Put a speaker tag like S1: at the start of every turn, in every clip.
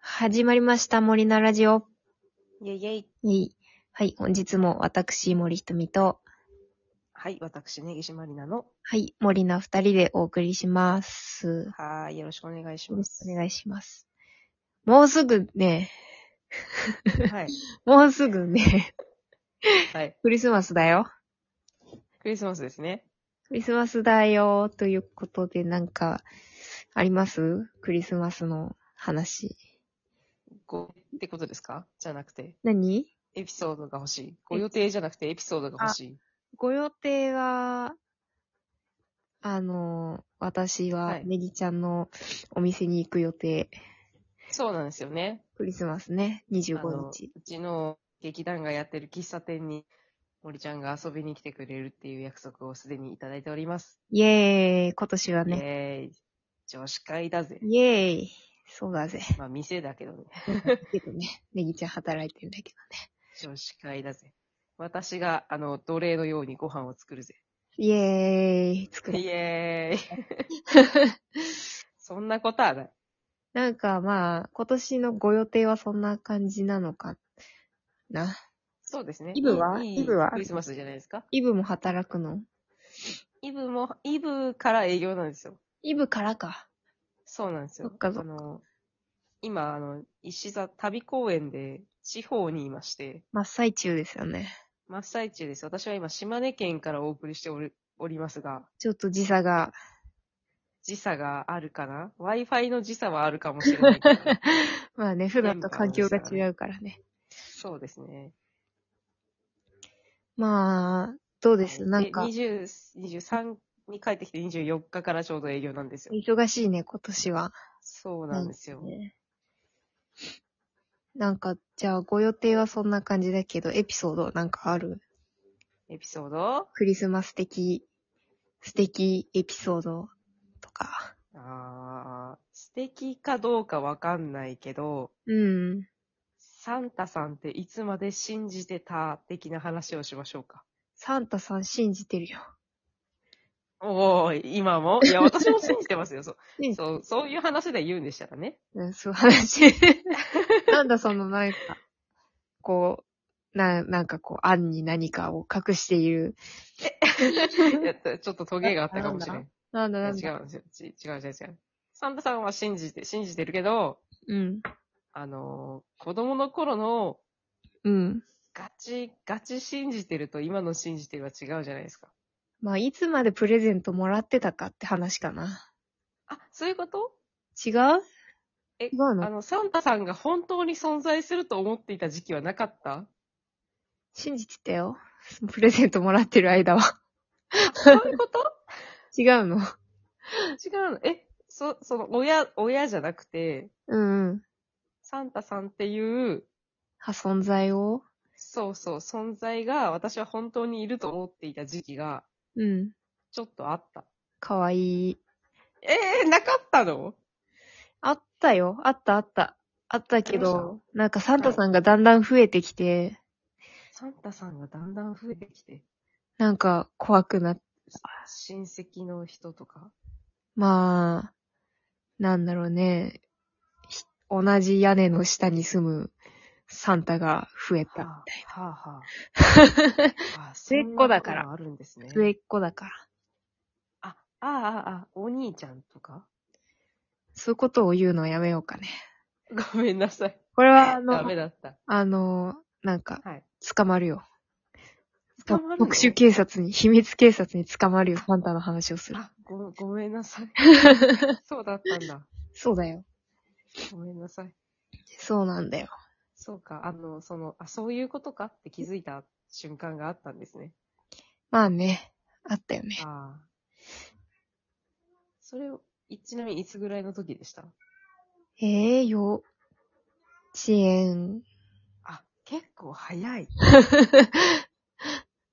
S1: 始まりました、森菜ラジオ。
S2: イェイイェイ。
S1: いいはい、本日も私、森ひとみと、
S2: はい、私、ねぎしまりなの。
S1: はい、森菜二人でお送りします。
S2: はーい、よろしくお願いし
S1: よろ
S2: ま
S1: し
S2: す。
S1: くお願いします。もうすぐね、
S2: はい。
S1: もうすぐね、
S2: はい。
S1: クリスマスだよ。
S2: クリスマスですね。
S1: クリスマスだよ、ということで、なんか、ありますクリスマスの話。
S2: ご、ってことですかじゃなくて、
S1: 何
S2: エピソードが欲しい。ご予定じゃなくてエピソードが欲しい。
S1: ご予定は、あの、私
S2: は
S1: はいネギちゃんのお店に行く予定、
S2: そうなんですよね。
S1: クリスマスね、
S2: あの
S1: 25
S2: う
S1: 日。
S2: ちの劇団がやってる喫茶店に、森ちゃんが遊びに来てくれるっていう約束をすでにいただいております。
S1: イエーイ今年は
S2: ね、イ
S1: ね。
S2: ェーイ。女子会だぜ。
S1: イエーイそうだ ぜ。
S2: まあ、店だけどね。
S1: けどね、ネギちゃん働いてるんだけ
S2: 女子会だぜ。私が、あの、奴隷のようにご飯を作るぜ。
S1: ど。イエーイ作ろう
S2: イエーイ。 そんなことはない。
S1: なんかまあ、今年のご予定はそんな感じなのかな。
S2: そうですね。
S1: イブはい
S2: い
S1: イブは
S2: クリスマスじゃないですか。
S1: イブも働くの
S2: イブも、イブから営業なんですよ。
S1: イブからか。
S2: そうなんですよ。
S1: そっかそっ
S2: あの、今、あの、石座旅公園で地方にいまして、
S1: 真っ最中ですよね。
S2: 真っ最中です。私は今、島根県からお送りしておるおりますが、
S1: ちょっと時差 が。
S2: 時差があるかな ?Wi-Fi の時差はあるかもしれな いけど。
S1: まあね、普段と環境が違うからね。
S2: そうですね。
S1: まあ、どうです
S2: はい
S1: なんか
S2: で、20 23に帰ってきて24日からちょうど営業なんですよ。
S1: 忙しいね、今年は。
S2: そうなんですよ。
S1: ねなんか、じゃあ、ご予定はそんな感じだけど、エピソードなんかある
S2: エピソード
S1: クリスマス的、素敵エピソードとか。
S2: あー、素敵かどうかわかんないけど、
S1: うん。
S2: サンタさんっていつまで信じてた的な話をしましょうか。
S1: サンタさん信じてるよ。
S2: おー、今もいや、私も信じてますよ。 そう
S1: ね
S2: そうそういう話で言うんでしたら ね。
S1: うん、そう話。なんだそのなんか、こう、な、なんかこう、案に何かを隠している。
S2: いやちょっとトゲがあったかもしれん。い
S1: なんだ
S2: や
S1: なん
S2: 違
S1: だ。
S2: うんですよ。ち違う違う違う。サンタさんは信じて、信じてるけど、
S1: うん。
S2: あのー子供の頃の
S1: うん。
S2: ガチ、ガチ信じてると今の信じてるは違うじゃないですか。
S1: まあ、いつまでプレゼントもらってたかって話かな。
S2: あ、そういうこと
S1: 違う
S2: え
S1: 違う
S2: あ
S1: の
S2: の、サンタさんが本当に存在すると思っていた時期はな かった
S1: 信じてたよ。プレゼントもらってる間は。
S2: そういうこと
S1: 違うの
S2: 違うの。え、そ、その、親、親じゃなくて、
S1: うんうん。
S2: サンタさんっていう、
S1: あ、存在を
S2: そうそう、存在が私は本当にいると思っていた時期が、
S1: うん。
S2: ちょっとあった。
S1: かわいい。
S2: えー、なかったの
S1: あったよ。あったあった。あったけ
S2: ありま
S1: ど、なんかサンタさんがだんだん増えてきて、
S2: サンタさんがだんだん増えてきて、
S1: なんか怖くなっ、
S2: 親戚の人とか。
S1: まあ、なんだろうね。ひ同じ屋根の下に住むサンタが増えた。
S2: はあ、はあ、はあ。あ
S1: 末っ子だから
S2: そんなことがあるんですね。
S1: 末っ子だから。
S2: あ、ああ、ああ、お兄ちゃんとか
S1: そういうことを言うのはやめようかね。
S2: ごめんなさい。
S1: これは、あ
S2: ダ
S1: の
S2: メ、だった。
S1: あの、なんか、
S2: はい。
S1: 捕まるよ。
S2: 捕まるの
S1: 特殊警察に、秘密警察に捕まるよ、サンタの話をする。
S2: あ、ご、ごめん なさい。そうだったんだ。
S1: そうだよ。
S2: ごめんなさい。
S1: そうなんだよ。
S2: そうか、あの、その、あ、そういうことかって気づいた瞬間があったんですね。
S1: まあね、あったよね。
S2: ああ。それを、いちなみにいつぐらいの時でした
S1: ええー、幼稚 園
S2: あ、結構早い。結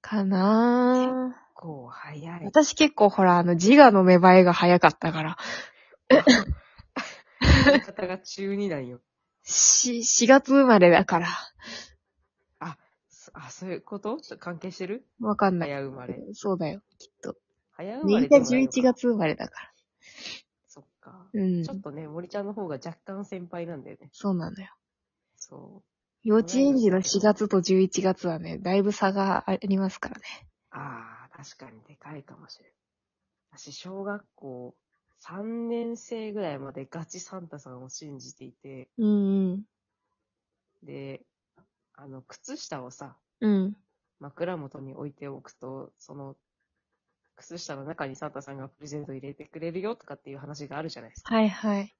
S1: かな
S2: 構早い。
S1: 私結構ほら、あの、自我の芽生えが早かったから、
S2: 言い方が中二なんよ。
S1: し、4月生まれだから、
S2: そあ、そういうことちょっと関係してる
S1: わかんない。
S2: 早生まれ。
S1: そうだよ、きっと。
S2: 早生ま
S1: 年
S2: れで
S1: が
S2: もないのか
S1: 11。月生まれだから。
S2: そっか。
S1: うん
S2: ち。ょっとね、森ちゃんの方が若干先輩なんだよね。
S1: そうなのよ。
S2: そう。
S1: 幼稚園児の4月と11月はね、だいぶ差がありますからね。
S2: ああ、確かにでかいかもしれん。私、小学校3年生ぐらいまでガチサンタさんを信じていて、
S1: うんうん。
S2: で、あの、靴下をさ、
S1: うん。
S2: 枕元に置いておくと、その、靴下の中にサンタさんがプレゼント入れてくれるよとかっていう話があるじゃないですか。
S1: はいはい。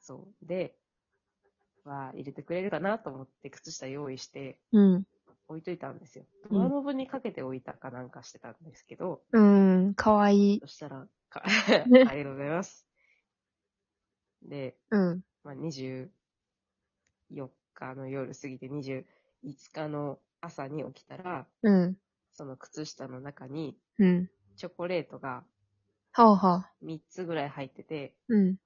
S2: そう。で、は入れてくれるかなと思って靴下用意して
S1: うん。
S2: 置いといたんですよ。
S1: うん
S2: ドアノブにかけておいたかなんかしてたんですけど、
S1: うん。かわいい。
S2: そしたら、 かありがとうございます。で、
S1: うん。
S2: まあ、24日の夜過ぎて25日の朝に起きたら、
S1: うん。
S2: その靴下の中に
S1: うん。
S2: チョコレートが
S1: はあはあ。
S2: 3つぐらい入ってて、
S1: うん。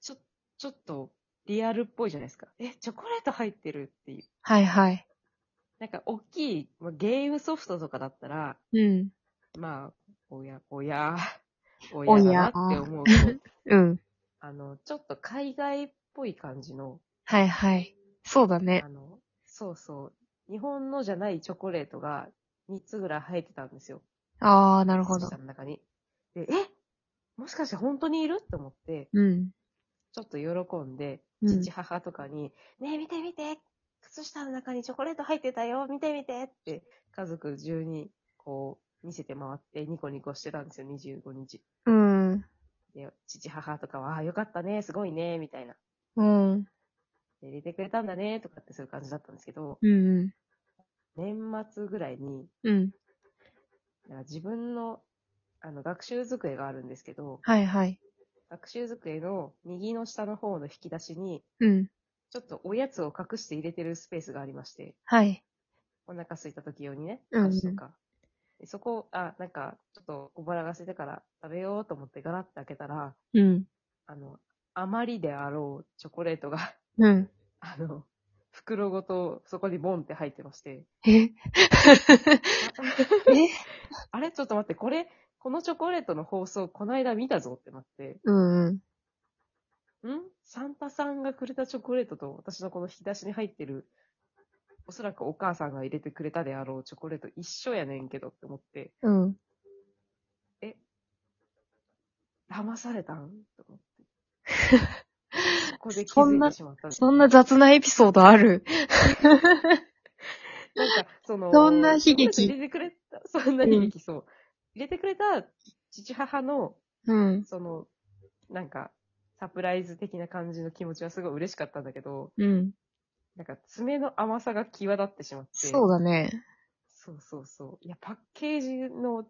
S2: ちょ、ちょっとリアルっぽいじゃないですか。え、チョコレート入ってるっていう。
S1: はいはい。
S2: なんか大きい、まあ、ゲームソフトとかだったら、
S1: うん。
S2: まあ、おや、おや、お
S1: お
S2: や
S1: や
S2: だなって思うけど、
S1: うん。
S2: あの、ちょっと海外っぽい感じの、
S1: はいはい。そうだね。
S2: あの、そうそう、日本のじゃないチョコレートが3つぐらい入ってたんですよ。
S1: ああ、なるほど
S2: 靴。下の中に。で、えもしかして本当にいると思って、
S1: うん。
S2: ちょっと喜んで、
S1: うん
S2: 父母とかに、ねえ見て見て靴下の中にチョコレート入ってたよ見て見てって、家族中に、こう、見せて回ってニコニコしてたんですよ、25日。
S1: うん。
S2: で、父母とかは、ああ、よかったね、すごいね、みたいな。
S1: うん。
S2: で入れてくれたんだね、とかってそういう感じだったんですけど、
S1: うん。
S2: 年末ぐらいに、
S1: うん。
S2: なんか自分の、あの、学習机があるんですけど、
S1: はいはい。
S2: 学習机の右の下の方の引き出しに、
S1: うん。
S2: ちょっとおやつを隠して入れてるスペースがありまして、
S1: はい。
S2: お腹空いた時用にね、
S1: うんうん
S2: 箸とか。でそこ、あ、なんか、ちょっと小腹が空いたから食べようと思ってガラッと開けたら、
S1: うん。
S2: あの、余りであろうチョコレートが、
S1: うん。
S2: あの、袋ごとそこにボンって入って まして、
S1: ええ
S2: あれちょっと待って、これ、このチョコレートの放送、こないだ見たぞってなって、
S1: うんうん。
S2: んサンタさんがくれたチョコレートと私のこの引き出しに入ってる、おそらくお母さんが入れてくれたであろうチョコレート一緒やねんけどって思って、
S1: うん。
S2: 騙されたんと 思って。ここで気
S1: そん
S2: づい
S1: な
S2: てしまったんです。
S1: そんな雑なエピソードある
S2: なんか、その、
S1: そんな悲劇
S2: チョコレート入れてくれた、そんな悲劇、そう。入れてくれた父母の、
S1: うん。
S2: その、なんか、サプライズ的な感じの気持ちはすごい嬉しかったんだけど、
S1: うん。
S2: なんか爪の甘さが際立ってしまって。
S1: そうだね。
S2: そうそうそう。いや、パッケージの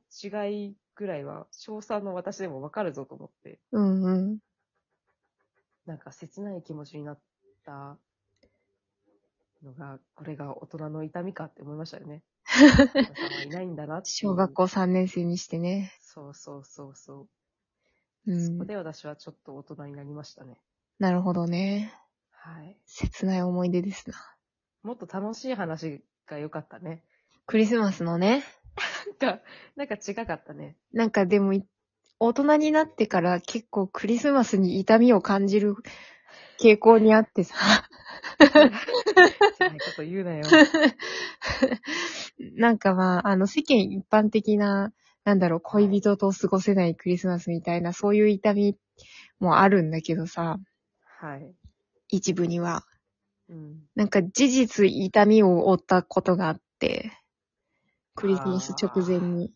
S2: 違いぐらいは、賞賛の私でもわかるぞと思って、
S1: うんうん。
S2: なんか切ない気持ちになったのが、これが大人の痛みかって思いましたよね。お母さんはいないんだなっていう
S1: 小学。校3年生にしてね。
S2: そうそうそうそうう。そこ
S1: ん。
S2: で私はちょっと大人になりましたね。
S1: なるほどね。
S2: はい。
S1: 切ない思い出ですな。
S2: もっと楽しい話が良かったね。
S1: クリスマスのね。
S2: なんか、なんか違かったね。
S1: なんかでもい、大人になってから結構クリスマスに痛みを感じる傾向にあってさ、
S2: 辛いこと言うなよ。
S1: なんかまあ、あの世間一般的な、なんだろう、恋人と過ごせないクリスマスみたいな、そういう痛みもあるんだけどさ、
S2: はい。
S1: 一部には。
S2: うん。
S1: なんか事実痛みを負ったことがあって、クリスマス直前に。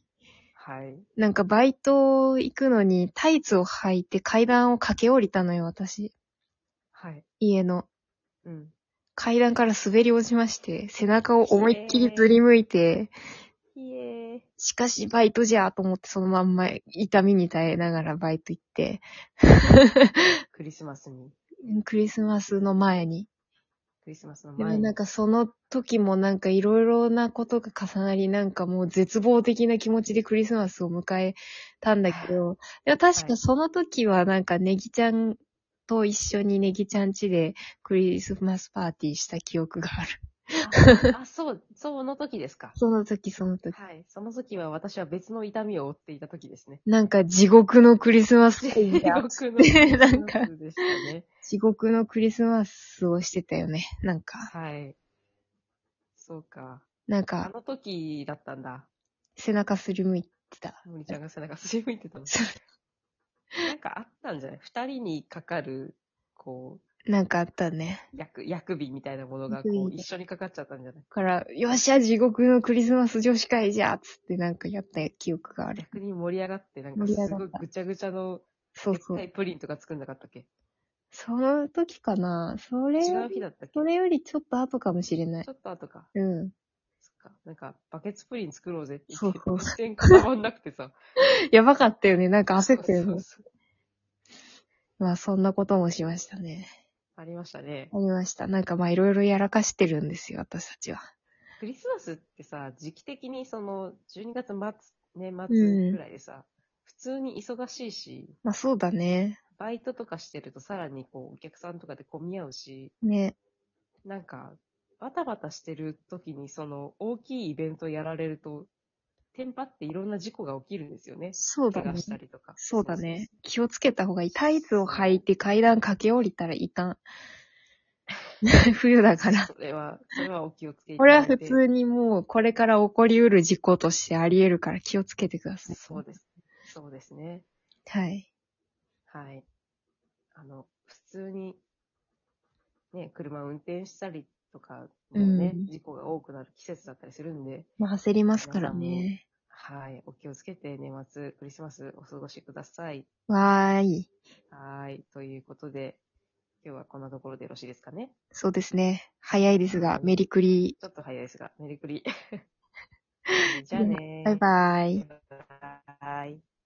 S2: はい。
S1: なんかバイト行くのにタイツを履いて階段を駆け下りたのよ、私。
S2: はい。
S1: 家の。
S2: うん。
S1: 階段から滑り落ちまして、背中を思いっきりずりむいて、
S2: いえー。
S1: しかしバイトじゃと思ってそのまんま痛みに耐えながらバイト行って、
S2: クリスマスに。
S1: クリスマスの前に。
S2: クリスマスの
S1: でも
S2: 前に。
S1: なんかその時もなんかいろいろなことが重なり、なんかもう絶望的な気持ちでクリスマスを迎えたんだけど、でも確
S2: は
S1: か
S2: い
S1: その時はなんかネギちゃ んと一緒にネギちゃん家でクリスマスパーティーした記憶がある。
S2: あ、そう、その時ですか。
S1: その時その時。
S2: はい。その時は私は別の痛みを負っていた時ですね。
S1: なんか地獄のクリスマ ス
S2: 地
S1: ってい
S2: 獄
S1: うか
S2: の夏
S1: なんか
S2: でしたね。
S1: 地獄のクリスマスをしてたよね。なんか、
S2: はい。そうか。
S1: なん
S2: あ
S1: か
S2: の時だったんだ。
S1: 背中すりむいてた。
S2: 森ちゃんが背中すりむいてたの。なんかあったんじゃない二人にかかる、こ
S1: なんかあったね。
S2: う、薬、薬味みたいなものが、こ
S1: 薬
S2: う、
S1: 味
S2: 一緒にかかっちゃったんじゃない
S1: から、よっしゃ、地獄のクリスマス女子会じゃっつってなんかやった記憶がある。
S2: 逆に盛り上がって、なん
S1: 盛
S2: かす
S1: り上が
S2: ご
S1: っ
S2: い
S1: た
S2: ぐちゃぐちゃの、
S1: そう
S2: 絶
S1: そう
S2: 対。プリンとか作んなかったっけ
S1: その時かな。それ
S2: 違
S1: よ
S2: う
S1: り
S2: 日だったっけ
S1: それよりちょっと後かもしれない
S2: ちょ。っと後か。
S1: うん。
S2: そっか。なんか、バケツプリン作ろうぜって言
S1: そう
S2: って、
S1: そう
S2: 一点変わんなくて さ。
S1: やばかったよね。なんか焦ったよ
S2: そう
S1: ね。
S2: そうそう
S1: まあそんなこともしましたね。
S2: ありましたね
S1: あ。りました。なんかまあいろいろやらかしてるんですよ、私たちは。
S2: クリスマスってさ、時期的にその、12月末、年
S1: う
S2: 末
S1: ん
S2: ぐらいでさ、普通に忙しいし、
S1: まあそうだね。
S2: バイトとかしてるとさらにこう、お客さんとかで混み合うし、
S1: ね。
S2: なんか、バタバタしてる時にその、大きいイベントやられると、テンパっていろんな事故が起きるんですよね。
S1: そうだ
S2: 怪我
S1: ね
S2: し。たりとか。
S1: そうだね。気をつけた方がいい。タイツを履いて階段駆け下りたらいかん。 冬だか
S2: そうそう
S1: ら。
S2: そう。それは、それはお気をつけい
S1: こ
S2: た
S1: れ
S2: だ
S1: はい
S2: て
S1: 普通にもうこれから起こりうる事故としてあり得るから気をつけてください。
S2: そうです。そうですね。
S1: はい。
S2: はい。あの、普通に、ね、車運転したりとか、ね、
S1: うん
S2: 事故が多くなる季節だったりするんで、
S1: まあ焦りますからね。
S2: はい。お気をつけて、年末、クリスマスお過ごしください。
S1: わーい。
S2: はい。ということで、今日はこんなところでよろしいですかね。
S1: そうですね。早いですが、メリクリ。
S2: ちょっと早 いですが、メリクリ。じゃあね
S1: バイバイ。
S2: バイバイ。